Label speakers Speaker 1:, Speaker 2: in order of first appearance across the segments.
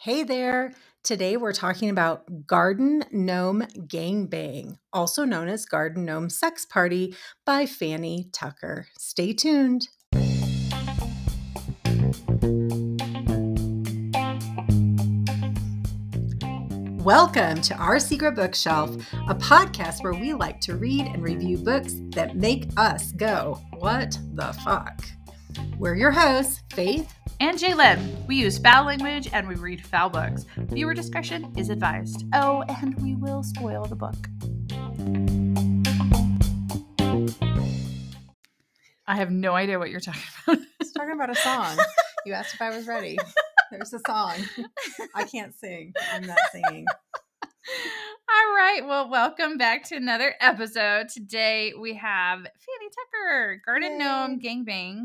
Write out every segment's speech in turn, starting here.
Speaker 1: Hey there. Today we're talking about Garden Gnome Gangbang, also known as Garden Gnome Sex Party by Fannie Tucker. Stay tuned. Welcome to Our Secret Bookshelf, a podcast where we like to read and review books that make us go, What the fuck? We're your hosts, Faith
Speaker 2: and J-Lib. We use foul language and we read foul books. Viewer discretion is advised. Oh, and we will spoil the book. I have no idea what you're talking about.
Speaker 1: was talking about a song. You asked if I was ready. There's a song. I can't sing. I'm not singing.
Speaker 2: All right, well, welcome back to another episode. Today we have Fanny Tucker, Garden
Speaker 1: Yay.
Speaker 2: Gnome Gangbang,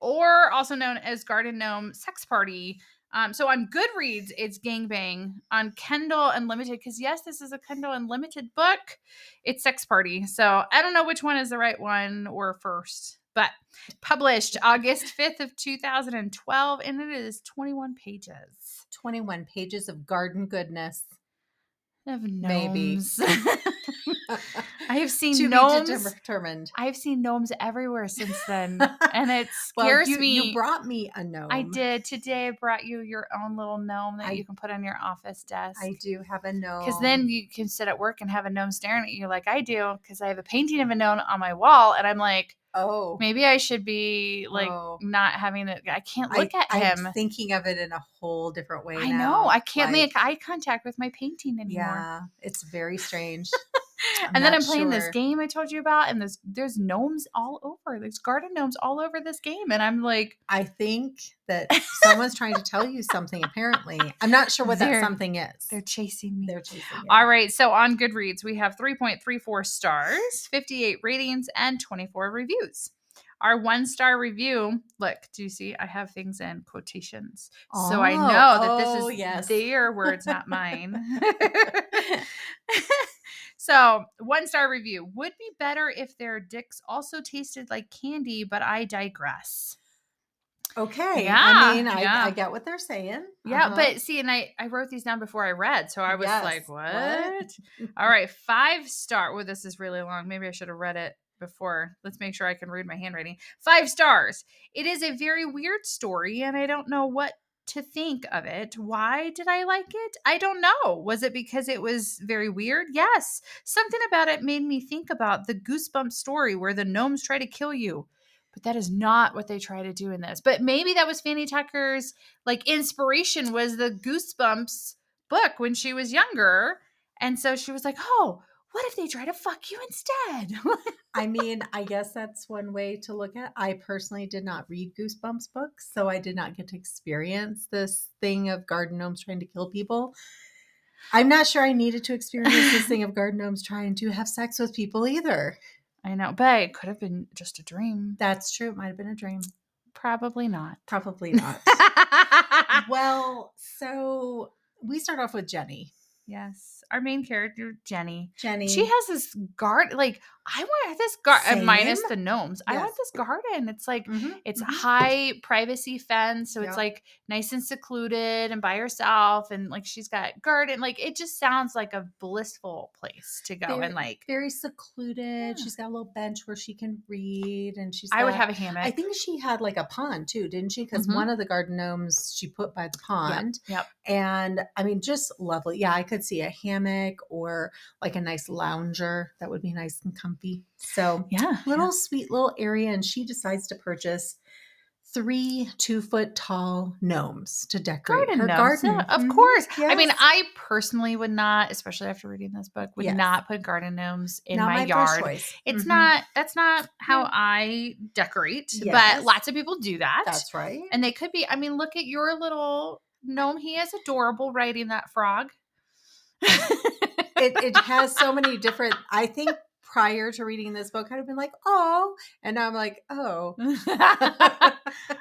Speaker 2: or also known as Garden Gnome Sex Party. Um, so on Goodreads, it's Gangbang. On Kindle Unlimited, because yes, this is a Kindle Unlimited book, it's Sex Party. So I don't know which one is the right one or first, but published August 5th of 2012, and it is 21 pages
Speaker 1: 21 pages of garden goodness.
Speaker 2: of
Speaker 1: Maybe.
Speaker 2: gnomes. I have seen
Speaker 1: to
Speaker 2: gnomes.
Speaker 1: be de- determined.
Speaker 2: I've seen gnomes everywhere since then, and it
Speaker 1: Well,
Speaker 2: scares
Speaker 1: you,
Speaker 2: me.
Speaker 1: you brought me a gnome.
Speaker 2: I did today. I brought you your own little gnome that
Speaker 1: I-
Speaker 2: you can put on your office desk.
Speaker 1: I do have a gnome.
Speaker 2: Because then you can sit at work and have a gnome staring at you like I do. Because I have a painting of a gnome on my wall, and I'm like,
Speaker 1: oh,
Speaker 2: maybe I should be like
Speaker 1: oh.
Speaker 2: not having it. I can't
Speaker 1: I-
Speaker 2: look at him.
Speaker 1: I'm thinking of it in a whole different way.
Speaker 2: I
Speaker 1: now.
Speaker 2: know. I can't
Speaker 1: Like,
Speaker 2: make eye contact with my painting anymore.
Speaker 1: Yeah, it's very strange. I'm
Speaker 2: and then
Speaker 1: not
Speaker 2: I'm playing this
Speaker 1: sure.
Speaker 2: game I told you about, and there's there's gnomes all over. There's garden gnomes all over this game, and I'm like,
Speaker 1: I think that someone's trying to tell you something. Apparently, I'm not sure what that
Speaker 2: They're-
Speaker 1: something is.
Speaker 2: they're chasing me.
Speaker 1: They're chasing. it.
Speaker 2: all right, so on Goodreads we have 3.34 stars, 58 ratings, and 24 reviews. Our one star review. Look, do you see? I have things in quotations, so I
Speaker 1: Oh,
Speaker 2: know that this
Speaker 1: oh,
Speaker 2: is
Speaker 1: yes.
Speaker 2: their words, not mine. so, one star review would be better if their dicks also tasted like candy, but I digress.
Speaker 1: Okay.
Speaker 2: Yeah,
Speaker 1: I mean, I,
Speaker 2: yeah.
Speaker 1: I get what they're saying.
Speaker 2: Yeah,
Speaker 1: Uh-huh.
Speaker 2: but see, and I I wrote these down before I read, so I was like,
Speaker 1: Yes,
Speaker 2: "What?"
Speaker 1: what?
Speaker 2: All right, five star. Well, this is really long. Maybe I should have read it before. Let's make sure I can read my handwriting. Five stars. It is a very weird story, and I don't know what to think of it. Why did I like it? I don't know. Was it because it was very weird? Yes. Something about it made me think about the goosebump story where the gnomes try to kill you. But that is not what they try to do in this. But maybe that was Fanny Tucker's like inspiration was the Goosebumps book when she was younger. And so she was like, "Oh, what if they try to fuck you instead?"
Speaker 1: I mean, I guess that's one way to look at. it. I personally did not read Goosebumps books, so I did not get to experience this thing of garden gnomes trying to kill people. I'm not sure I needed to experience this thing of garden gnomes trying to have sex with people either.
Speaker 2: I know, but it could have been just a dream.
Speaker 1: That's true. It might have been a dream.
Speaker 2: Probably not.
Speaker 1: Probably not. well, so we start off with Jenny.
Speaker 2: yes, our main character Jenny.
Speaker 1: Jenny.
Speaker 2: She has this garden. Like I want this garden minus
Speaker 1: Same.
Speaker 2: the gnomes. I want
Speaker 1: Yes.
Speaker 2: this garden. It's like
Speaker 1: Mhm,
Speaker 2: it's
Speaker 1: mhm.
Speaker 2: a high privacy fence, so
Speaker 1: Yep.
Speaker 2: it's like nice and secluded and by herself, and like she's got garden. Like it just sounds like a blissful place to go.
Speaker 1: Very-
Speaker 2: and like
Speaker 1: very secluded.
Speaker 2: Yeah.
Speaker 1: She's got a little bench where she can read, and she's.
Speaker 2: I would
Speaker 1: got-
Speaker 2: have a hammock.
Speaker 1: I think she had like a pond too, didn't she? Because
Speaker 2: Mhm.
Speaker 1: one of the garden gnomes she put by the pond,
Speaker 2: Yep.
Speaker 1: and I mean, just lovely. Yeah, I could see a hammock or like a nice lounger that would be nice and comfy. So
Speaker 2: Yeah.
Speaker 1: little sweet little area, and she decides to purchase three two foot tall gnomes to decorate
Speaker 2: garden
Speaker 1: her
Speaker 2: gnomes,
Speaker 1: garden.
Speaker 2: yeah, of
Speaker 1: Mhm.
Speaker 2: course. I mean,
Speaker 1: Yes.
Speaker 2: I personally would not, especially after reading this book, would
Speaker 1: Yes.
Speaker 2: not put garden gnomes in
Speaker 1: Not
Speaker 2: my,
Speaker 1: first
Speaker 2: yard.
Speaker 1: choice.
Speaker 2: It's
Speaker 1: Mhm.
Speaker 2: not that's not how
Speaker 1: Yeah.
Speaker 2: I decorate,
Speaker 1: Yes.
Speaker 2: but lots of people do that.
Speaker 1: That's right.
Speaker 2: and they could be I mean, look at your little gnome. He is adorable riding that frog.
Speaker 1: it, it has so many different i think prior to reading this book i'd have been like oh and now i'm like oh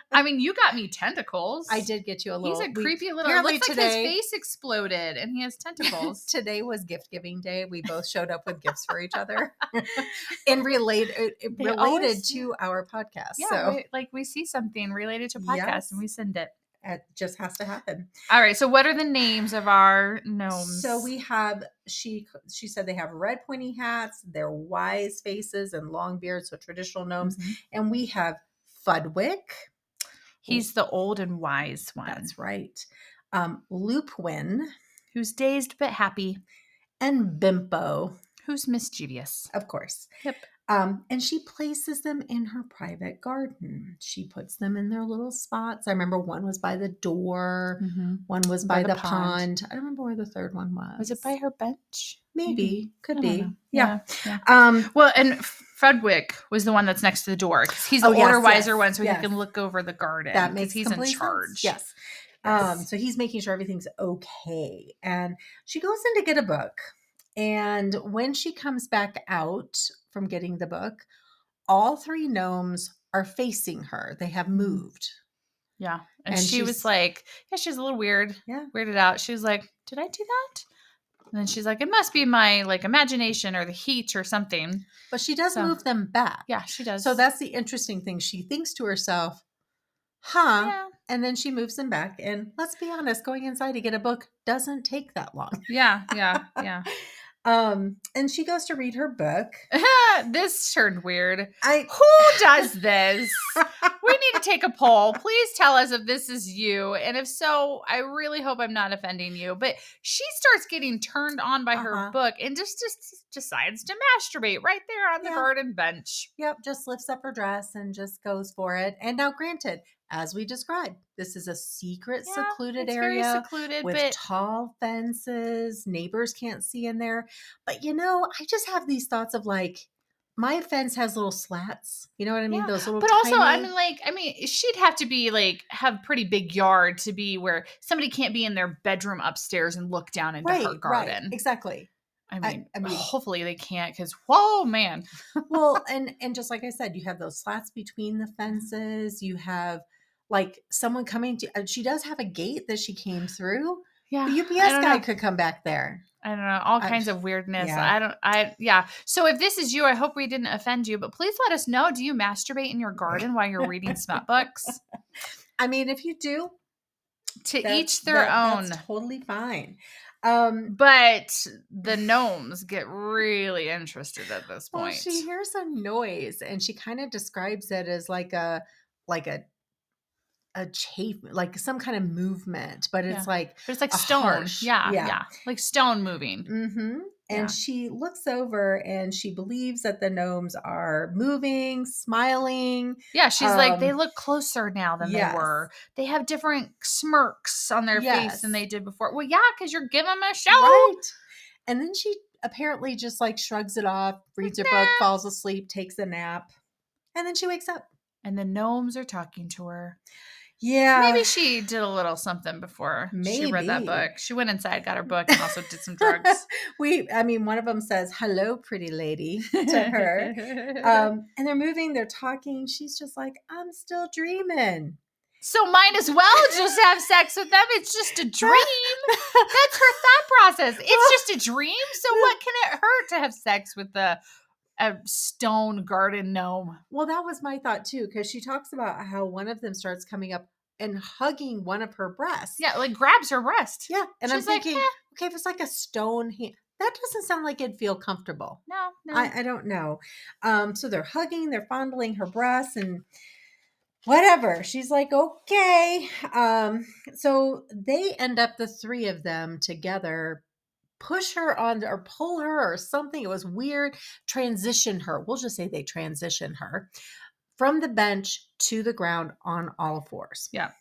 Speaker 2: I mean, you got me tentacles.
Speaker 1: i did get you a little
Speaker 2: He's a
Speaker 1: we-
Speaker 2: creepy little. It
Speaker 1: apparently
Speaker 2: looks like
Speaker 1: today-
Speaker 2: his face exploded, and he has tentacles.
Speaker 1: today was gift giving day we both showed up with gifts for each other and relate it, it
Speaker 2: They
Speaker 1: related
Speaker 2: always-
Speaker 1: to our podcast
Speaker 2: yeah,
Speaker 1: so
Speaker 2: we- like we see something related to podcast,
Speaker 1: Yes.
Speaker 2: and we send it.
Speaker 1: It just has to happen.
Speaker 2: All right. So, what are the names of our gnomes?
Speaker 1: So we have she she said they have red pointy hats, they're wise faces and long beards, so traditional gnomes.
Speaker 2: Mhm.
Speaker 1: And we have Fudwick.
Speaker 2: He's the old and wise one
Speaker 1: That's right. Um, Lupwin
Speaker 2: who's dazed but happy,
Speaker 1: and Bimpo,
Speaker 2: who's mischievous.
Speaker 1: of course.
Speaker 2: Yep.
Speaker 1: Um, and she places them in her private garden. She puts them in their little spots. I remember one was by the
Speaker 2: Mm-hmm.
Speaker 1: door, one was by, the, pond. I don't remember where the third one Mm-hmm. was.
Speaker 2: Was it by her bench?
Speaker 1: Maybe. Could
Speaker 2: I don't
Speaker 1: be.
Speaker 2: know.
Speaker 1: Yeah.
Speaker 2: Uh, yeah.
Speaker 1: Um,
Speaker 2: Well, and F- Fredwick was the one that's next to the door because he's the
Speaker 1: Oh, yes,
Speaker 2: older, wiser
Speaker 1: yes,
Speaker 2: one, so
Speaker 1: yes.
Speaker 2: he can look over the garden.
Speaker 1: that
Speaker 2: 'cause
Speaker 1: makes
Speaker 2: he's in
Speaker 1: complete sense.
Speaker 2: charge.
Speaker 1: Yes. Um, so he's making sure everything's okay. And she goes in to get a book. And when she comes back out from getting the book, all three gnomes are facing her. They
Speaker 2: Mm.
Speaker 1: have moved.
Speaker 2: yeah. And,
Speaker 1: and
Speaker 2: she was
Speaker 1: she's-
Speaker 2: like, "Yeah, she's a little weird,
Speaker 1: Yeah.
Speaker 2: weirded out." She was like, "Did I do that?" And then she's like, "It must be my like imagination or the heat or something."
Speaker 1: But she does
Speaker 2: So-
Speaker 1: move them back.
Speaker 2: Yeah, she does.
Speaker 1: So that's the interesting thing. She thinks to herself, huh?
Speaker 2: yeah,
Speaker 1: And then she moves them back. And let's be honest, going inside to get a book doesn't take that long.
Speaker 2: yeah, yeah, yeah.
Speaker 1: Um, and she goes to read her book.
Speaker 2: this turned weird.
Speaker 1: I
Speaker 2: Who does this? we need to take a poll. Please tell us if this is you. And if so, I really hope I'm not offending you. But she starts getting turned on by
Speaker 1: Uh-huh.
Speaker 2: her book and just, just decides to masturbate right there on the
Speaker 1: Yeah.
Speaker 2: garden bench.
Speaker 1: Yep, just lifts up her dress and just goes for it. And now, granted, as we described, this is a secret,
Speaker 2: Yeah,
Speaker 1: secluded
Speaker 2: it's very
Speaker 1: area
Speaker 2: secluded,
Speaker 1: with
Speaker 2: but
Speaker 1: tall fences. Neighbors can't see in there. But you know, I just have these thoughts of like, my fence has little slats. You know what I mean?
Speaker 2: Yeah,
Speaker 1: Those little.
Speaker 2: but also I
Speaker 1: tiny-
Speaker 2: mean like I mean she'd have to be like have pretty big yard to be where somebody can't be in their bedroom upstairs and look down into her garden.
Speaker 1: right, exactly.
Speaker 2: I
Speaker 1: I-
Speaker 2: mean,
Speaker 1: I mean-
Speaker 2: hopefully they can't because whoa man.
Speaker 1: well, and and just like I said, you have those slats between the fences. You have like someone coming to. uh, She does have a gate that she came through.
Speaker 2: Yeah.
Speaker 1: The
Speaker 2: I
Speaker 1: UPS
Speaker 2: don't
Speaker 1: guy
Speaker 2: know.
Speaker 1: could come back there.
Speaker 2: I don't know, all
Speaker 1: I-
Speaker 2: kinds of weirdness.
Speaker 1: yeah.
Speaker 2: I don't I yeah. So if this is you, I hope we didn't offend you, but please let us know. Do you masturbate in your garden while you're reading smut books?
Speaker 1: I mean, if you do,
Speaker 2: To
Speaker 1: that-
Speaker 2: each their
Speaker 1: that-
Speaker 2: own.
Speaker 1: That's totally fine. Um,
Speaker 2: But the gnomes get really interested at this
Speaker 1: well,
Speaker 2: point.
Speaker 1: Oh, she hears a noise, and she kind of describes it as like a like a a chafe, like some kind of movement, but it's
Speaker 2: Yeah.
Speaker 1: like.
Speaker 2: But it's like
Speaker 1: a
Speaker 2: stone.
Speaker 1: harsh-
Speaker 2: yeah,
Speaker 1: yeah.
Speaker 2: yeah. Like stone moving.
Speaker 1: Mm-hmm. And
Speaker 2: Yeah.
Speaker 1: she looks over and she believes that the gnomes are moving, smiling.
Speaker 2: Yeah, she's like, they
Speaker 1: Um,
Speaker 2: look closer now than
Speaker 1: yes.
Speaker 2: they were. They have different smirks on their face than
Speaker 1: Yes.
Speaker 2: they did before. Well, yeah, because you're giving them a show.
Speaker 1: Right. And then she apparently just like shrugs it off, reads her book,
Speaker 2: Nah.
Speaker 1: falls asleep, takes a nap, and then she wakes up.
Speaker 2: And the gnomes are talking to her.
Speaker 1: Yeah.
Speaker 2: maybe she did a little something before she
Speaker 1: Maybe.
Speaker 2: read that book. She went inside, got her book, and also did some drugs
Speaker 1: we I mean one of them says, "Hello pretty lady" to her. um and they're moving, they're talking. She's just like, "I'm still dreaming."
Speaker 2: so might as well just have sex with them. It's just a dream. That's her thought process. It's just a dream. So what can it hurt to have sex with a a stone garden gnome?
Speaker 1: Well, that was my thought too, because she talks about how one of them starts coming up and hugging one of her breasts.
Speaker 2: Yeah, like grabs her breast.
Speaker 1: Yeah. And
Speaker 2: She's
Speaker 1: I'm
Speaker 2: like,
Speaker 1: thinking,
Speaker 2: "Eh."
Speaker 1: okay, if it's like a stone hand, that doesn't sound like it'd feel comfortable.
Speaker 2: No, no.
Speaker 1: I, I don't know. Um, so they're hugging, they're fondling her breasts and whatever. She's like, okay. Um, so they end up, the three of them together, push her on or pull her or something. It was weird. Transition her. We'll just say they transition her from the bench to the ground on all fours.
Speaker 2: Yeah.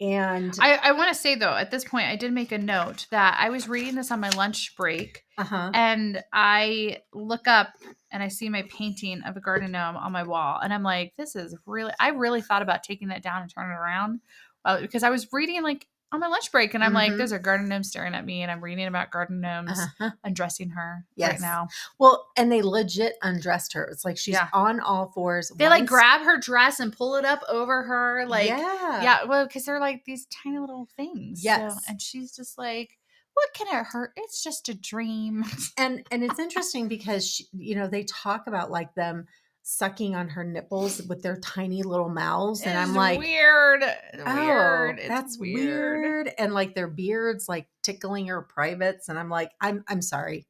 Speaker 1: And
Speaker 2: I, I want to say though, at this point, I did make a note that I was reading this on my lunch break,
Speaker 1: uh-huh.
Speaker 2: and I look up and I see my painting of a garden gnome on my wall, and I'm like, this is really. I really thought about taking that down and turning it around, uh, because I was reading like on my lunch break, and I'm
Speaker 1: Mhm.
Speaker 2: like, there's a garden gnome staring at me, and I'm reading about garden gnomes
Speaker 1: uh-huh.
Speaker 2: undressing her
Speaker 1: Yes.
Speaker 2: right now.
Speaker 1: Well, and they legit undressed her. It's like she's
Speaker 2: Yeah.
Speaker 1: on all fours.
Speaker 2: They like
Speaker 1: once-
Speaker 2: grab her dress and pull it up over her, like
Speaker 1: yeah.
Speaker 2: Yeah, well, because they're like these tiny little things. so-
Speaker 1: Yes.
Speaker 2: and she's just like, what can it hurt? It's just a dream.
Speaker 1: And and it's interesting because she, you know they talk about like them sucking on her nipples with their tiny little mouths. And I'm
Speaker 2: It's
Speaker 1: like,
Speaker 2: weird.
Speaker 1: oh,
Speaker 2: weird. It's
Speaker 1: that's weird. And like their beards like tickling her privates. And I'm like, I'm I'm sorry.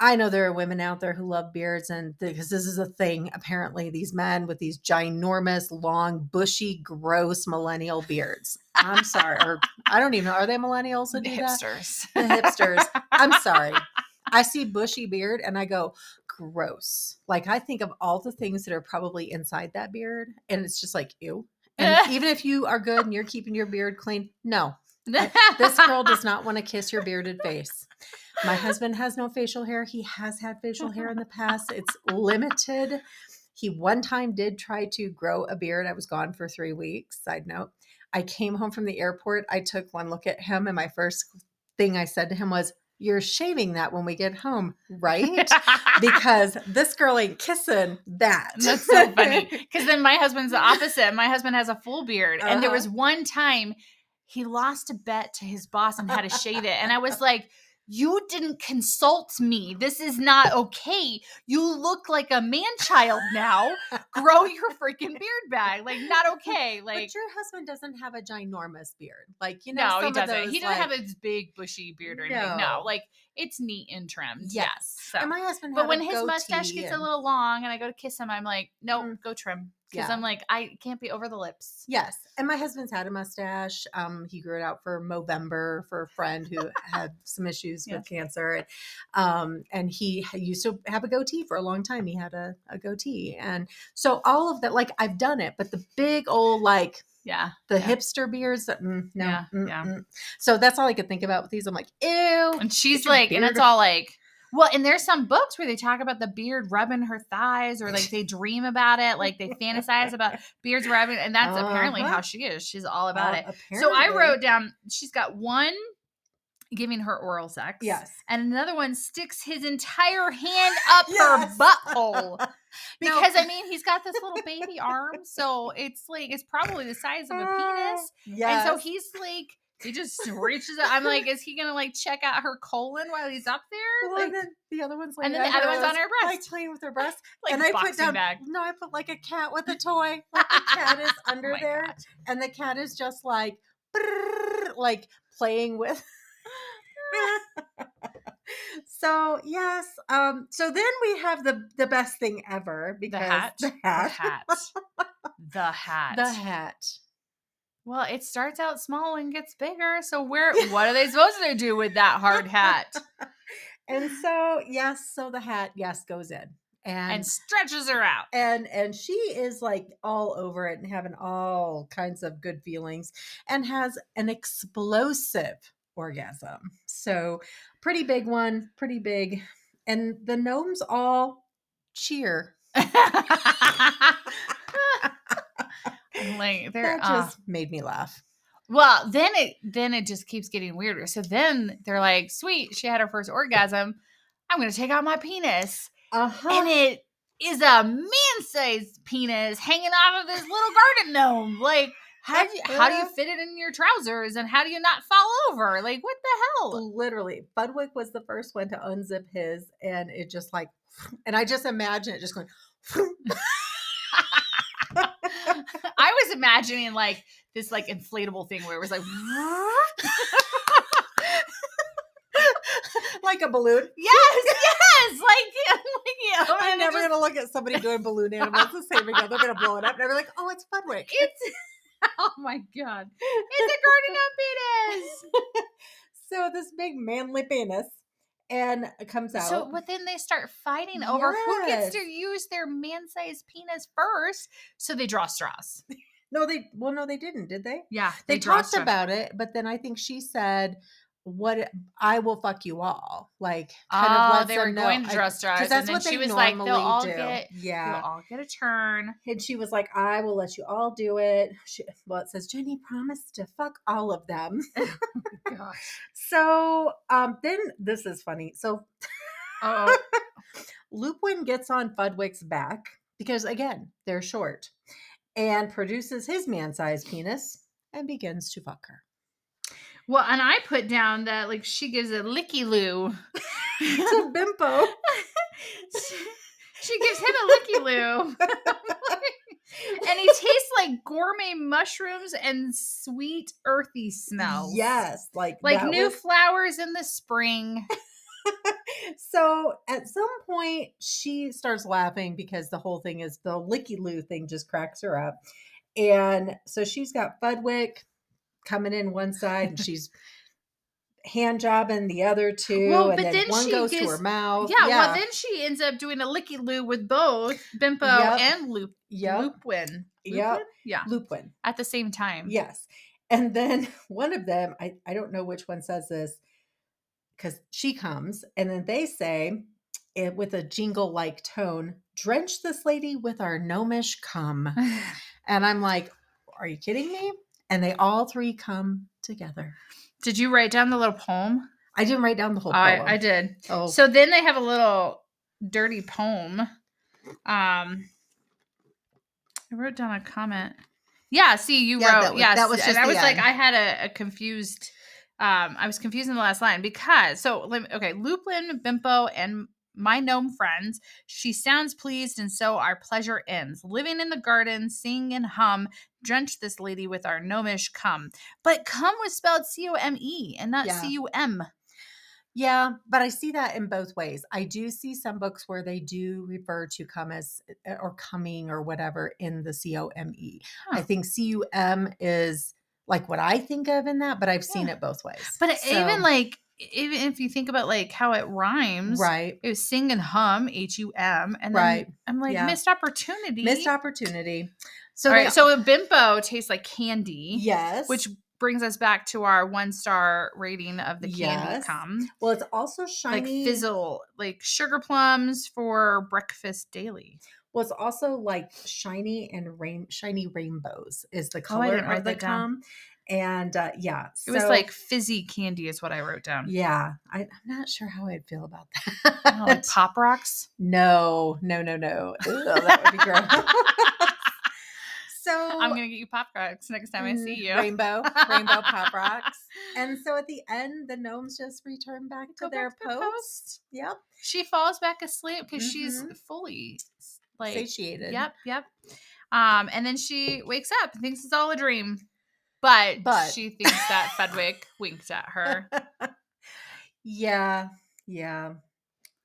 Speaker 1: I know there are women out there who love beards, and because this is a thing, apparently, these men with these ginormous, long, bushy, gross millennial beards. I'm sorry, or I don't even know. Are they millennials that do that?
Speaker 2: Hipsters.
Speaker 1: The hipsters. I'm sorry. I see bushy beard and I go, gross. Like I think of all the things that are probably inside that beard and it's just like, ew. And even if you are good and you're keeping your beard clean, no, this girl does not want to kiss your bearded face. My husband has no facial hair. He has had facial hair in the past, it's limited. He one time did try to grow a beard. I was gone for three weeks. Side note. I came home from the airport. I took one look at him, and my first thing I said to him was, You're shaving that when we get home, right? because this girl ain't kissing that.
Speaker 2: And That's so funny. Because then my husband's the opposite. My husband has a full beard. And there
Speaker 1: Uh-huh.
Speaker 2: was one time he lost a bet to his boss on how to shave it. And I was like, you didn't consult me. This is not okay. You look like a man child now. Grow your freaking beard back. Like, not okay. Like,
Speaker 1: but your husband doesn't have a ginormous beard. Like, you know,
Speaker 2: no,
Speaker 1: some
Speaker 2: he
Speaker 1: of
Speaker 2: doesn't.
Speaker 1: those,
Speaker 2: he doesn't
Speaker 1: like-
Speaker 2: have a big bushy beard or anything. No,
Speaker 1: No.
Speaker 2: like it's neat and trimmed.
Speaker 1: Yes.
Speaker 2: so.
Speaker 1: And my husband,
Speaker 2: But
Speaker 1: had a
Speaker 2: when his mustache
Speaker 1: goatee
Speaker 2: gets a
Speaker 1: and-
Speaker 2: little long and I go to kiss him, I'm like, nope,
Speaker 1: Mm.
Speaker 2: go trim. Because
Speaker 1: Yeah.
Speaker 2: I'm like, I can't be over the lips.
Speaker 1: yes, and my husband's had a mustache. Um, he grew it out for Movember for a friend who had some issues
Speaker 2: Yes.
Speaker 1: with cancer, and um, and he ha- used to have a goatee for a long time. He had a, a goatee, and so all of that, like I've done it, but the big old like.
Speaker 2: Yeah.
Speaker 1: The
Speaker 2: Yeah.
Speaker 1: hipster beards, uh, mm, no,
Speaker 2: Yeah,
Speaker 1: mm,
Speaker 2: yeah.
Speaker 1: mm. So that's all I could think about with these. I'm like, ew.
Speaker 2: And she's
Speaker 1: your
Speaker 2: like, and it's
Speaker 1: beard-
Speaker 2: all like, well, and there's some books where they talk about the beard rubbing her thighs or like they dream about it, like they fantasize about beards rubbing. And that's apparently
Speaker 1: Uh-huh.
Speaker 2: how she is. She's all about
Speaker 1: Uh,
Speaker 2: it. So I
Speaker 1: apparently-
Speaker 2: wrote down, she's got one giving her oral sex.
Speaker 1: yes,
Speaker 2: And another one sticks his entire hand up
Speaker 1: Yes.
Speaker 2: her
Speaker 1: No.
Speaker 2: butthole. Because I mean, he's got this little baby arm, so it's like it's probably the size of a penis,
Speaker 1: uh, Ah, Yes.
Speaker 2: and so he's like, he just reaches. out. I'm like, is he gonna like check out her colon while he's up there?
Speaker 1: Well,
Speaker 2: Like,
Speaker 1: and then the other one's
Speaker 2: and
Speaker 1: laying
Speaker 2: then the
Speaker 1: on
Speaker 2: other one's on her
Speaker 1: like
Speaker 2: breast,
Speaker 1: playing with her breast.
Speaker 2: like
Speaker 1: and I put
Speaker 2: boxing
Speaker 1: down
Speaker 2: bag. Oh
Speaker 1: no, I put like a cat with a toy. Like the cat is under
Speaker 2: my
Speaker 1: there,
Speaker 2: God.
Speaker 1: and the cat is just like, brrrr, like playing with. so yes, um, so then we have the the best thing ever
Speaker 2: The
Speaker 1: because
Speaker 2: hat,
Speaker 1: the
Speaker 2: the
Speaker 1: hat,
Speaker 2: hat, the hat.
Speaker 1: the hat.
Speaker 2: Well, it starts out small and gets bigger. So where? What are they supposed to do with that hard hat?
Speaker 1: And so yes, so the hat yes goes in, and
Speaker 2: And stretches her out.
Speaker 1: and and she is like all over it and having all kinds of good feelings and has an explosive orgasm so pretty big one pretty big and the gnomes all cheer
Speaker 2: like they're
Speaker 1: that
Speaker 2: uh,
Speaker 1: just made me laugh
Speaker 2: Well, then it then it just keeps getting weirder. So then they're like, "Sweet, she had her first orgasm. I'm going to take out my penis."
Speaker 1: uh-huh
Speaker 2: And it is a man-sized penis hanging off of this little garden gnome. Like, how do you, how do you fit it in your trousers and how do you not fall over? Like, what the hell?
Speaker 1: literally budwick was the first one to unzip his and it just like and i just imagine it just going
Speaker 2: I was imagining like this like inflatable thing where it was like
Speaker 1: like a balloon
Speaker 2: Yes, yes, like, like yeah,
Speaker 1: i'm
Speaker 2: and it
Speaker 1: never
Speaker 2: just-
Speaker 1: gonna look at somebody doing balloon animals the same again they're gonna blow it up and they're like oh it's budwick
Speaker 2: It's oh my god! It's a garden of
Speaker 1: So this big manly penis and it comes out.
Speaker 2: penis. So, but then they start fighting over who gets to
Speaker 1: Yes.
Speaker 2: use their man-sized penis first. So they draw straws.
Speaker 1: no, they well, no, they didn't, did they?
Speaker 2: Yeah,
Speaker 1: They,
Speaker 2: draw
Speaker 1: talked
Speaker 2: straws.
Speaker 1: about it, but then I think she said, "What it- I will fuck you all." Like kind
Speaker 2: oh,
Speaker 1: of lets
Speaker 2: they were
Speaker 1: them know,
Speaker 2: going
Speaker 1: I-
Speaker 2: to draw straws,
Speaker 1: 'cause
Speaker 2: and
Speaker 1: that's
Speaker 2: then
Speaker 1: what
Speaker 2: she
Speaker 1: they
Speaker 2: was
Speaker 1: normally
Speaker 2: like, "They'll all
Speaker 1: do.
Speaker 2: get,
Speaker 1: yeah.
Speaker 2: they'll all get a turn."
Speaker 1: And she was like, "I will let you all do it." She, well, it says Jenny promised to fuck all of them.
Speaker 2: Gosh.
Speaker 1: So um, then this is funny. So
Speaker 2: Oh,
Speaker 1: Lupin gets on Fudwick's back because, again, they're short and produces his man sized penis and begins to fuck her.
Speaker 2: well, and I put down that like she gives a licky loo.
Speaker 1: To Bimpo.
Speaker 2: She gives him a looky loo. and he tastes like gourmet mushrooms and sweet earthy smells.
Speaker 1: Yes, like
Speaker 2: Like
Speaker 1: that
Speaker 2: new
Speaker 1: was-
Speaker 2: flowers in the spring.
Speaker 1: so at some point she starts laughing because the whole thing is the licky loo thing just cracks her up and so she's got fudwick coming in one side and she's hand jobbing the other two
Speaker 2: Well,
Speaker 1: and
Speaker 2: but
Speaker 1: then,
Speaker 2: then
Speaker 1: one
Speaker 2: she
Speaker 1: goes to her
Speaker 2: gives-
Speaker 1: mouth
Speaker 2: yeah, well, then she ends up doing a licky loo with both Bimpo
Speaker 1: Yep.
Speaker 2: and Loop
Speaker 1: yep
Speaker 2: Lupin.
Speaker 1: Yep.
Speaker 2: Lupin? Yeah.
Speaker 1: lupin
Speaker 2: At the same time.
Speaker 1: Yes. And then one of them, I, I don't know which one says this because she comes and then they say it with a jingle like tone, drench this lady with our gnomish cum. And I'm like, are you kidding me? And they all three come together.
Speaker 2: Did you write down the little poem?
Speaker 1: I didn't write down the whole poem.
Speaker 2: I, I did.
Speaker 1: Oh,
Speaker 2: So then they have a little dirty poem. Um, I wrote down a comment. Yeah, see, you
Speaker 1: Yeah,
Speaker 2: wrote.
Speaker 1: that was-
Speaker 2: yeah,
Speaker 1: that was
Speaker 2: and
Speaker 1: just
Speaker 2: I
Speaker 1: the
Speaker 2: was like,
Speaker 1: end.
Speaker 2: I had a, a confused. Um, I was confused in the last line because so lem- okay, Lupin, Bimpo, and my gnome friends. She sounds pleased, and so our pleasure ends. Living in the garden, sing and hum, drench this lady with our gnomish cum. But cum was spelled C O M E and not
Speaker 1: Yeah.
Speaker 2: C U M.
Speaker 1: yeah. But I see that in both ways. I do see some books where they do refer to cum as eh, or coming or whatever in the C O M E. I
Speaker 2: Huh.
Speaker 1: think cum is like what I think of in that, but I've seen it both ways.
Speaker 2: But it-
Speaker 1: So-
Speaker 2: even like, even if you think about like how it rhymes,
Speaker 1: right,
Speaker 2: It was sing and hum, H U M, and then
Speaker 1: Right.
Speaker 2: I'm like
Speaker 1: Yeah.
Speaker 2: missed opportunity.
Speaker 1: missed opportunity. So
Speaker 2: So, All
Speaker 1: they-
Speaker 2: right, so a bimbo tastes like candy,
Speaker 1: yes,
Speaker 2: which brings us back to our one star rating of the candy
Speaker 1: Yes.
Speaker 2: cum,
Speaker 1: well, it's also
Speaker 2: like
Speaker 1: shiny.
Speaker 2: fizzle, like sugar plums for breakfast daily.
Speaker 1: Well, it's also like shiny and rain, shiny rainbows is the
Speaker 2: Oh, I
Speaker 1: color
Speaker 2: didn't write
Speaker 1: of the
Speaker 2: that down.
Speaker 1: cum, and uh, yeah,
Speaker 2: It was like fizzy candy, is what I wrote down.
Speaker 1: yeah. I, I'm not sure how I'd feel about
Speaker 2: I don't know, like
Speaker 1: that.
Speaker 2: pop rocks.
Speaker 1: no, no, no, no. Ew, that would be gross. so
Speaker 2: I'm gonna get you pop rocks next time I see
Speaker 1: Mm,
Speaker 2: you.
Speaker 1: Rainbow, rainbow pop rocks. And so at the end, the gnomes just return back to
Speaker 2: Go back
Speaker 1: their
Speaker 2: to their
Speaker 1: post.
Speaker 2: post.
Speaker 1: Yep.
Speaker 2: She falls back asleep because she's
Speaker 1: Mhm.
Speaker 2: fully s- like
Speaker 1: Satiated.
Speaker 2: Yep, yep. Um, and then she wakes up and thinks it's all a dream, but,
Speaker 1: But-
Speaker 2: she thinks that Fedwick winked at her.
Speaker 1: Yeah. Yeah.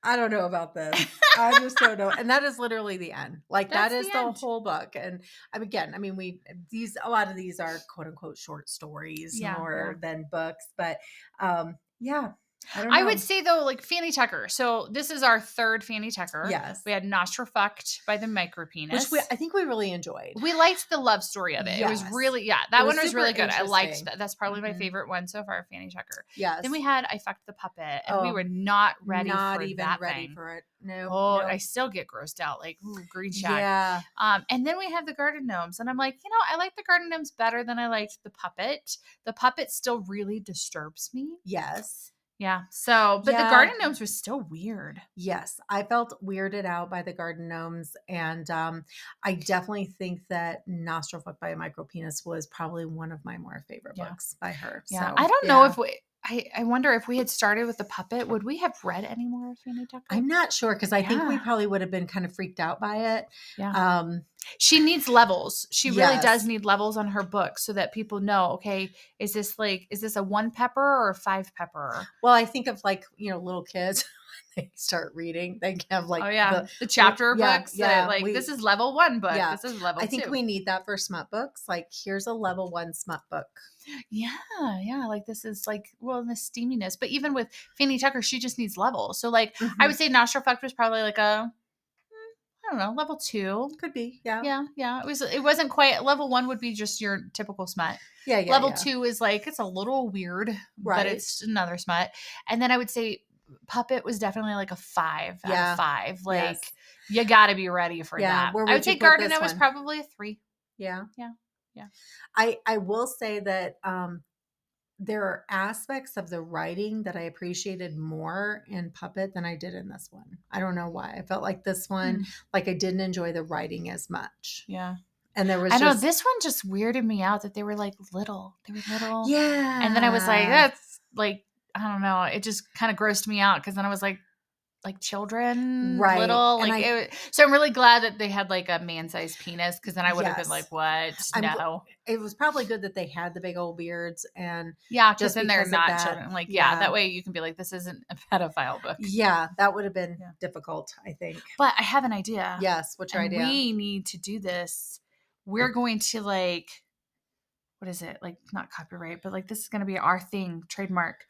Speaker 1: I don't know about this. I just don't know. And that is literally the end. Like that is
Speaker 2: That's the
Speaker 1: the,
Speaker 2: end.
Speaker 1: whole book. And um, again, I mean, we these a lot of these are quote unquote short stories
Speaker 2: Yeah,
Speaker 1: more than books, but um, yeah. I don't know.
Speaker 2: I would say though, like Fanny Tucker. So this is our third Fanny Tucker.
Speaker 1: yes,
Speaker 2: We had Nostrafucked by the micropenis.
Speaker 1: which we, I think we really enjoyed.
Speaker 2: we liked the love story of it. It was
Speaker 1: Yes.
Speaker 2: really yeah, that
Speaker 1: It was
Speaker 2: one was
Speaker 1: super
Speaker 2: really good. I liked
Speaker 1: interesting.
Speaker 2: that. That's probably
Speaker 1: Mhm.
Speaker 2: my favorite one so far, Fanny Tucker.
Speaker 1: Yes,
Speaker 2: Then we had I fucked the puppet, and we
Speaker 1: Oh,
Speaker 2: were not ready
Speaker 1: not
Speaker 2: for
Speaker 1: even
Speaker 2: that
Speaker 1: ready
Speaker 2: thing.
Speaker 1: for it. No,
Speaker 2: oh,
Speaker 1: no.
Speaker 2: I still get grossed out. Like ooh, green shag.
Speaker 1: yeah,
Speaker 2: Um, and then we have the garden gnomes, and I'm like, you know, I like the garden gnomes better than I liked the puppet. The puppet still really disturbs me.
Speaker 1: yes,
Speaker 2: Yeah. So, but the
Speaker 1: Yeah.
Speaker 2: garden gnomes was still weird.
Speaker 1: yes. I felt weirded out by the garden gnomes, and um, I definitely think that Nostrofuck by a Micropenis was probably one of my more favorite
Speaker 2: Yeah.
Speaker 1: books by her.
Speaker 2: Yeah.
Speaker 1: so,
Speaker 2: I don't know
Speaker 1: yeah.
Speaker 2: if we. I, I wonder if we had started with the puppet, would we have read any more of Fanny Tucker?
Speaker 1: I'm not sure because I think we
Speaker 2: Yeah.
Speaker 1: probably would have been kind of freaked out by it.
Speaker 2: Yeah.
Speaker 1: Um,
Speaker 2: she needs levels. She really does
Speaker 1: Yes.
Speaker 2: need levels on her book so that people know, okay, is this like is this a one pepper or a five pepper?
Speaker 1: well, I think of like you know little kids when they start reading, they have like
Speaker 2: oh yeah.
Speaker 1: the-
Speaker 2: The, chapter
Speaker 1: yeah,
Speaker 2: books
Speaker 1: yeah,
Speaker 2: that like
Speaker 1: we-
Speaker 2: this is level 1 book.
Speaker 1: Yeah.
Speaker 2: This is level
Speaker 1: I think
Speaker 2: 2.
Speaker 1: we need that for smut books. Like, here's a level one smut book.
Speaker 2: Yeah, yeah. Like this is like well, the steaminess. But even with Fanny Tucker, she just needs levels. So like
Speaker 1: Mm-hmm,
Speaker 2: I
Speaker 1: Mm.
Speaker 2: would say Nostrafucked was probably like a mm, I don't know, level two.
Speaker 1: could be, yeah,
Speaker 2: Yeah, yeah. It was it wasn't quite level one would be just your typical smut.
Speaker 1: yeah, yeah
Speaker 2: level
Speaker 1: yeah.
Speaker 2: two is like it's a little weird,
Speaker 1: Right.
Speaker 2: but it's another smut. And then I would say Puppet was definitely like a five out
Speaker 1: Yeah.
Speaker 2: of five. Like
Speaker 1: Yes.
Speaker 2: you gotta be ready for
Speaker 1: Yeah,
Speaker 2: that.
Speaker 1: where
Speaker 2: I
Speaker 1: would
Speaker 2: would
Speaker 1: you
Speaker 2: say
Speaker 1: put
Speaker 2: Garden
Speaker 1: this
Speaker 2: was
Speaker 1: one?
Speaker 2: probably a three.
Speaker 1: Yeah.
Speaker 2: Yeah. Yeah.
Speaker 1: I I will say that um there are aspects of the writing that I appreciated more in Puppet than I did in this one. I don't know why. I felt like this
Speaker 2: Hmm.
Speaker 1: one, like I didn't enjoy the writing as much.
Speaker 2: Yeah.
Speaker 1: And there was
Speaker 2: I know
Speaker 1: just,
Speaker 2: this one just weirded me out that they were like little. They were little.
Speaker 1: Yeah.
Speaker 2: And then I was like, that's like, I don't know. It just kind of grossed me out because then I was like, like children,
Speaker 1: Right.
Speaker 2: little.
Speaker 1: And
Speaker 2: Like
Speaker 1: I-
Speaker 2: it, so, I'm really glad that they had like a man-sized penis because then I would have
Speaker 1: Yes.
Speaker 2: been like, "What?
Speaker 1: I'm gl-
Speaker 2: no,
Speaker 1: It was probably good that they had the big old beards and
Speaker 2: yeah." Because
Speaker 1: just
Speaker 2: then they're
Speaker 1: because of
Speaker 2: not
Speaker 1: that,
Speaker 2: children. Like, yeah,
Speaker 1: yeah.
Speaker 2: that way you can be like, "This isn't a pedophile book."
Speaker 1: yeah, that would have been
Speaker 2: Yeah.
Speaker 1: difficult, I think.
Speaker 2: But I have an idea.
Speaker 1: Yes, what's your
Speaker 2: and
Speaker 1: idea?
Speaker 2: we need to do this. We're going to like, what is it? Like not copyright, but like this is going to be our thing, trademark,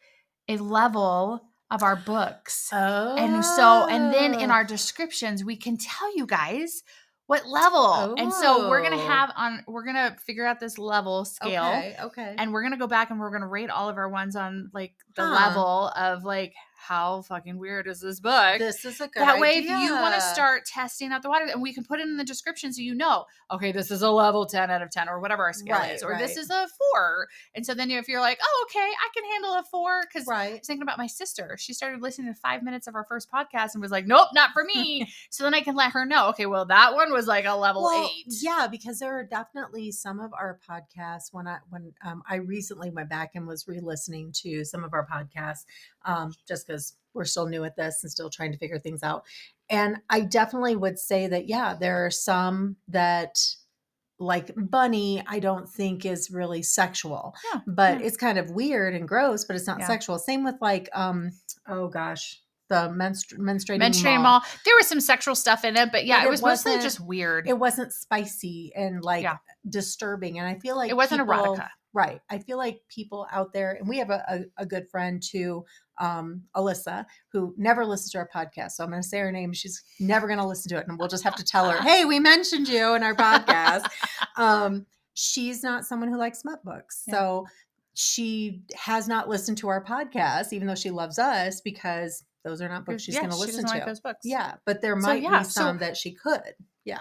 Speaker 2: a level of our books.
Speaker 1: oh.
Speaker 2: And so, and then in our descriptions, we can tell you guys what level. And so we're going to
Speaker 1: Oh.
Speaker 2: have on, we're going to figure out this level scale.
Speaker 1: Okay, okay.
Speaker 2: And we're gonna go back and we're gonna rate all of our ones on like the
Speaker 1: Huh.
Speaker 2: level of like how fucking weird is this book?
Speaker 1: this is a good
Speaker 2: that way if you want
Speaker 1: idea.
Speaker 2: to start testing out the water and we can put it in the description so you know okay this is a level 10 out of 10 or whatever our scale
Speaker 1: Right,
Speaker 2: is or this
Speaker 1: right.
Speaker 2: is a four and so then if you're like oh okay i can handle a four because I
Speaker 1: right.
Speaker 2: was thinking about my sister. She started listening to five minutes of our first podcast and was like, "Nope, not for me." so then I can let her know. Okay, well that one was like a level eight.
Speaker 1: Yeah, because there are definitely some of our podcasts. When I when um, I recently went back and was re-listening to some of our podcasts, um, just because we're still new at this and still trying to figure things out. And I definitely would say that yeah, there are some that like bunny i don't think is really sexual
Speaker 2: Yeah,
Speaker 1: but
Speaker 2: yeah.
Speaker 1: it's kind of weird and gross but it's not
Speaker 2: Yeah.
Speaker 1: sexual same with like um oh gosh the menstru- menstruating
Speaker 2: Menstruating
Speaker 1: mall.
Speaker 2: mall. There was some sexual stuff in it, but yeah,
Speaker 1: But
Speaker 2: it,
Speaker 1: it
Speaker 2: was mostly
Speaker 1: wasn't-
Speaker 2: just weird.
Speaker 1: it wasn't spicy and like
Speaker 2: Yeah.
Speaker 1: disturbing and i feel like
Speaker 2: it wasn't
Speaker 1: people-
Speaker 2: erotica.
Speaker 1: right i feel like people out there and we have a, a, a good friend too um alyssa who never listens to our podcast so i'm going to say her name she's never going to listen to it and we'll just have to tell her hey we mentioned you in our podcast um she's not someone who likes smut books
Speaker 2: Yeah.
Speaker 1: so she has not listened to our podcast even though she loves us because those are not books she's
Speaker 2: Yeah,
Speaker 1: going to
Speaker 2: she
Speaker 1: listen
Speaker 2: doesn't
Speaker 1: to
Speaker 2: like those books.
Speaker 1: yeah but there
Speaker 2: So,
Speaker 1: might
Speaker 2: yeah,
Speaker 1: be
Speaker 2: so-
Speaker 1: some that she could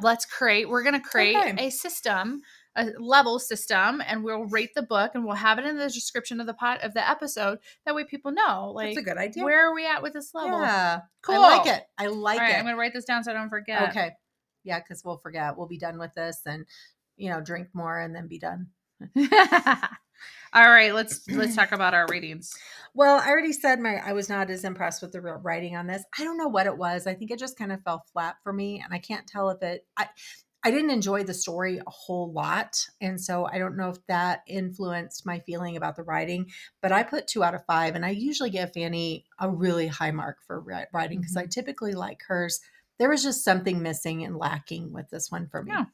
Speaker 2: let's create we're going to create
Speaker 1: Okay.
Speaker 2: a system a level system and we'll rate the book and we'll have it in the description of the pot of the episode that way people know like
Speaker 1: that's a good idea
Speaker 2: where are we at with this level
Speaker 1: Yeah.
Speaker 2: Cool.
Speaker 1: I like it. I
Speaker 2: all
Speaker 1: like
Speaker 2: right i'm
Speaker 1: it.
Speaker 2: going to write this down so i don't forget
Speaker 1: Okay. Yeah, because we'll forget. We'll be done with this and you know, drink more and then be done.
Speaker 2: all right let's let's talk about our ratings
Speaker 1: Well, I already said my I was not as impressed with the r- writing on this. I don't know what it was. I think it just kind of fell flat for me, and I can't tell if it. I I didn't enjoy the story a whole lot, and so I don't know if that influenced my feeling about the writing. But I put two out of five, and I usually give Fanny a really high mark for ri- writing because I
Speaker 2: Mm-hmm.
Speaker 1: typically like hers. There was just something missing and lacking with this one for me.
Speaker 2: Yeah.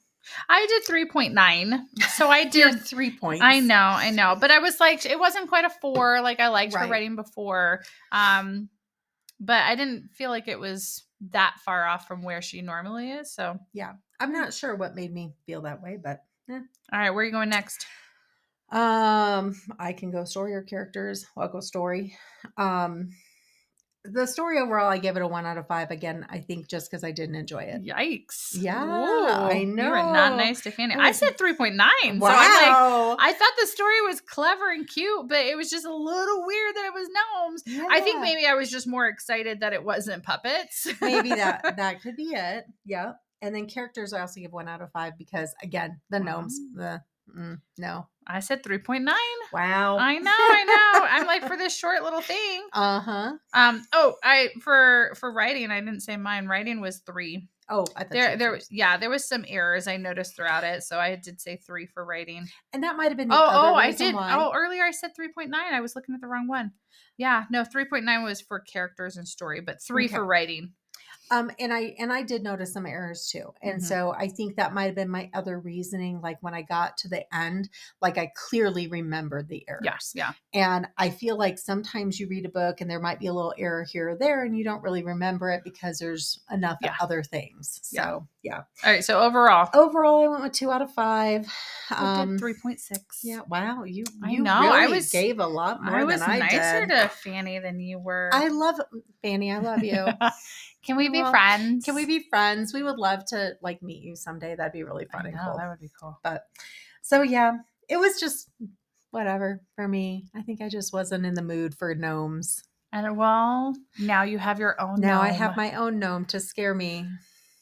Speaker 2: i did 3.9 so i
Speaker 1: You're
Speaker 2: did
Speaker 1: three points.
Speaker 2: I know, I know, but I was like, it wasn't quite a four. Like I liked
Speaker 1: Right.
Speaker 2: her writing before, um, but I didn't feel like it was that far off from where she normally is. So,
Speaker 1: I'm not sure what made me feel that way, but
Speaker 2: all right, where are you going next?
Speaker 1: Um, I can go story or characters. I'll go story. Um, the story overall, I give it a one out of five. Again, I think just because I didn't enjoy it.
Speaker 2: Yikes!
Speaker 1: Yeah, I
Speaker 2: You were not
Speaker 1: know.
Speaker 2: nice to Fanny.
Speaker 1: It
Speaker 2: I
Speaker 1: was-
Speaker 2: said three point nine. So I'm like,
Speaker 1: Wow.
Speaker 2: I thought the story was clever and cute, but it was just a little weird that it was gnomes. I think
Speaker 1: Yeah.
Speaker 2: maybe I was just more excited that it wasn't puppets.
Speaker 1: maybe that that could be it. Yeah. And then characters, I also give one out of five because again, the gnomes. The mm, no.
Speaker 2: I said three point nine.
Speaker 1: Wow.
Speaker 2: I know, I know. I'm like for this short little thing.
Speaker 1: Uh huh.
Speaker 2: Um. Oh, I for for writing, I didn't say mine. Writing was three.
Speaker 1: Oh, I thought you
Speaker 2: There,
Speaker 1: had
Speaker 2: there
Speaker 1: yours.
Speaker 2: was yeah, there was some errors I noticed throughout it, so I did say three for writing.
Speaker 1: and that might have been. The
Speaker 2: Oh,
Speaker 1: other
Speaker 2: oh, I
Speaker 1: reason
Speaker 2: did.
Speaker 1: why.
Speaker 2: Oh, earlier I said three point nine. I was looking at the wrong one. Yeah, no, three point nine was for characters and story, but three
Speaker 1: Okay.
Speaker 2: for writing.
Speaker 1: Um, and I and I did notice some errors too, and
Speaker 2: Mhm.
Speaker 1: so I think that might have been my other reasoning. Like when I got to the end, like I clearly remembered the errors,
Speaker 2: Yes, yeah,
Speaker 1: and I feel like sometimes you read a book and there might be a little error here or there, and you don't really remember it because there's enough
Speaker 2: Yeah.
Speaker 1: other things.
Speaker 2: Yeah.
Speaker 1: So yeah,
Speaker 2: All right, so overall,
Speaker 1: overall, I went with two out of five. Um,
Speaker 2: three point six.
Speaker 1: yeah, wow, you
Speaker 2: I
Speaker 1: you
Speaker 2: know, I
Speaker 1: really
Speaker 2: was-
Speaker 1: gave a lot more
Speaker 2: I was
Speaker 1: than I
Speaker 2: nicer
Speaker 1: did.
Speaker 2: to Fanny than you were.
Speaker 1: I love Fanny. I love you.
Speaker 2: Can we be
Speaker 1: Well,
Speaker 2: friends?
Speaker 1: Can we be friends? We would love to like meet you someday. That'd be really
Speaker 2: I
Speaker 1: fun and
Speaker 2: know,
Speaker 1: cool.
Speaker 2: that would be cool.
Speaker 1: But so yeah, it was just whatever for me. I think I just wasn't in the mood for gnomes.
Speaker 2: And well, now you have your own.
Speaker 1: now I
Speaker 2: gnome.
Speaker 1: have my own gnome to scare me.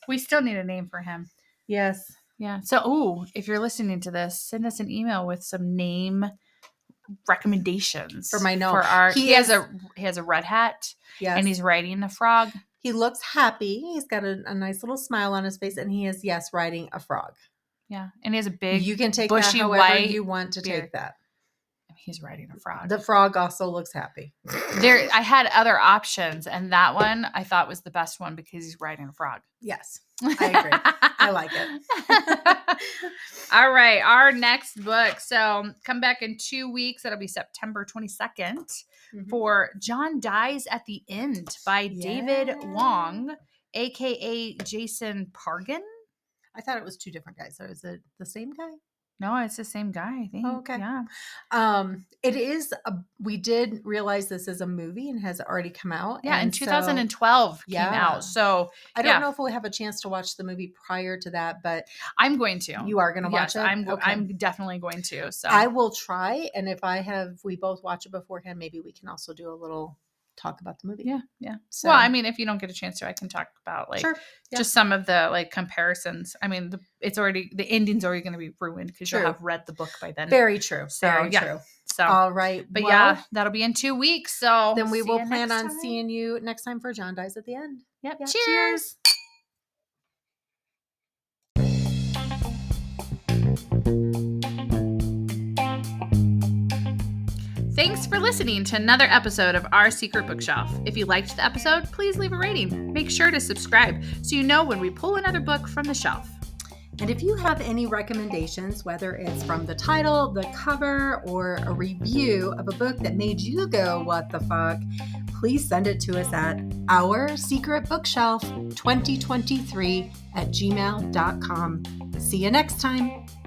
Speaker 2: We still need a name for him.
Speaker 1: Yes.
Speaker 2: Yeah. So, ooh, if you're listening to this, send us an email with some name recommendations
Speaker 1: For my gnome.
Speaker 2: For our, he,
Speaker 1: He
Speaker 2: has
Speaker 1: is-
Speaker 2: a he has a red hat
Speaker 1: Yes.
Speaker 2: and he's riding a frog.
Speaker 1: He looks happy. He's got a, a nice little smile on his face, and he is yes riding a frog.
Speaker 2: Yeah, and he has a big.
Speaker 1: you can take
Speaker 2: bushy
Speaker 1: that however
Speaker 2: white
Speaker 1: you want to
Speaker 2: beard.
Speaker 1: take that.
Speaker 2: he's riding a frog.
Speaker 1: The frog also looks happy.
Speaker 2: there, I had other options, and that one I thought was the best one because he's riding a frog.
Speaker 1: Yes. agree. I like
Speaker 2: it. All right, our next book. So come back in two weeks. That'll be September 22nd
Speaker 1: Mm-hmm.
Speaker 2: for John Dies at the End by David
Speaker 1: Yeah.
Speaker 2: Wong, aka Jason Pargan.
Speaker 1: I thought it was two different guys. So is it the same guy?
Speaker 2: No, it's the same guy, I think.
Speaker 1: Oh, Okay.
Speaker 2: Yeah.
Speaker 1: Um, it is. A, we did realize this is a movie and has already come out.
Speaker 2: Yeah, in
Speaker 1: so
Speaker 2: 2012 came
Speaker 1: Yeah.
Speaker 2: out. So
Speaker 1: I don't
Speaker 2: yeah.
Speaker 1: know if we'll have a chance to watch the movie prior to that, but
Speaker 2: I'm going to.
Speaker 1: you are going to watch
Speaker 2: Yes,
Speaker 1: it.
Speaker 2: I'm go-
Speaker 1: Okay.
Speaker 2: I'm definitely going to. So
Speaker 1: I will try, and if I have, we both watch it beforehand. Maybe we can also do a little talk about the movie.
Speaker 2: yeah, yeah.
Speaker 1: So,
Speaker 2: well, I mean, if you don't get a chance to, I can talk about like
Speaker 1: sure. yeah.
Speaker 2: just some of the like comparisons. I mean, the, it's already the ending's already going to be ruined because you'll
Speaker 1: True.
Speaker 2: have read the book by then.
Speaker 1: Very true.
Speaker 2: So,
Speaker 1: very
Speaker 2: yeah.
Speaker 1: true.
Speaker 2: so,
Speaker 1: All right.
Speaker 2: but
Speaker 1: well,
Speaker 2: yeah, that'll be in two weeks. So
Speaker 1: Then we
Speaker 2: see
Speaker 1: will
Speaker 2: ya
Speaker 1: plan
Speaker 2: next
Speaker 1: on
Speaker 2: time.
Speaker 1: seeing you next time for John Dies at the End.
Speaker 2: Yep.
Speaker 1: Yeah,
Speaker 2: cheers. Thanks for listening to another episode of Our Secret Bookshelf. If you liked the episode, please leave a rating. Make sure to subscribe so you know when we pull another book from the shelf.
Speaker 1: And if you have any recommendations, whether it's from the title, the cover, or a review of a book that made you go, what the fuck, please send it to us at our secret bookshelf 2023 at gmail.com. See you next time.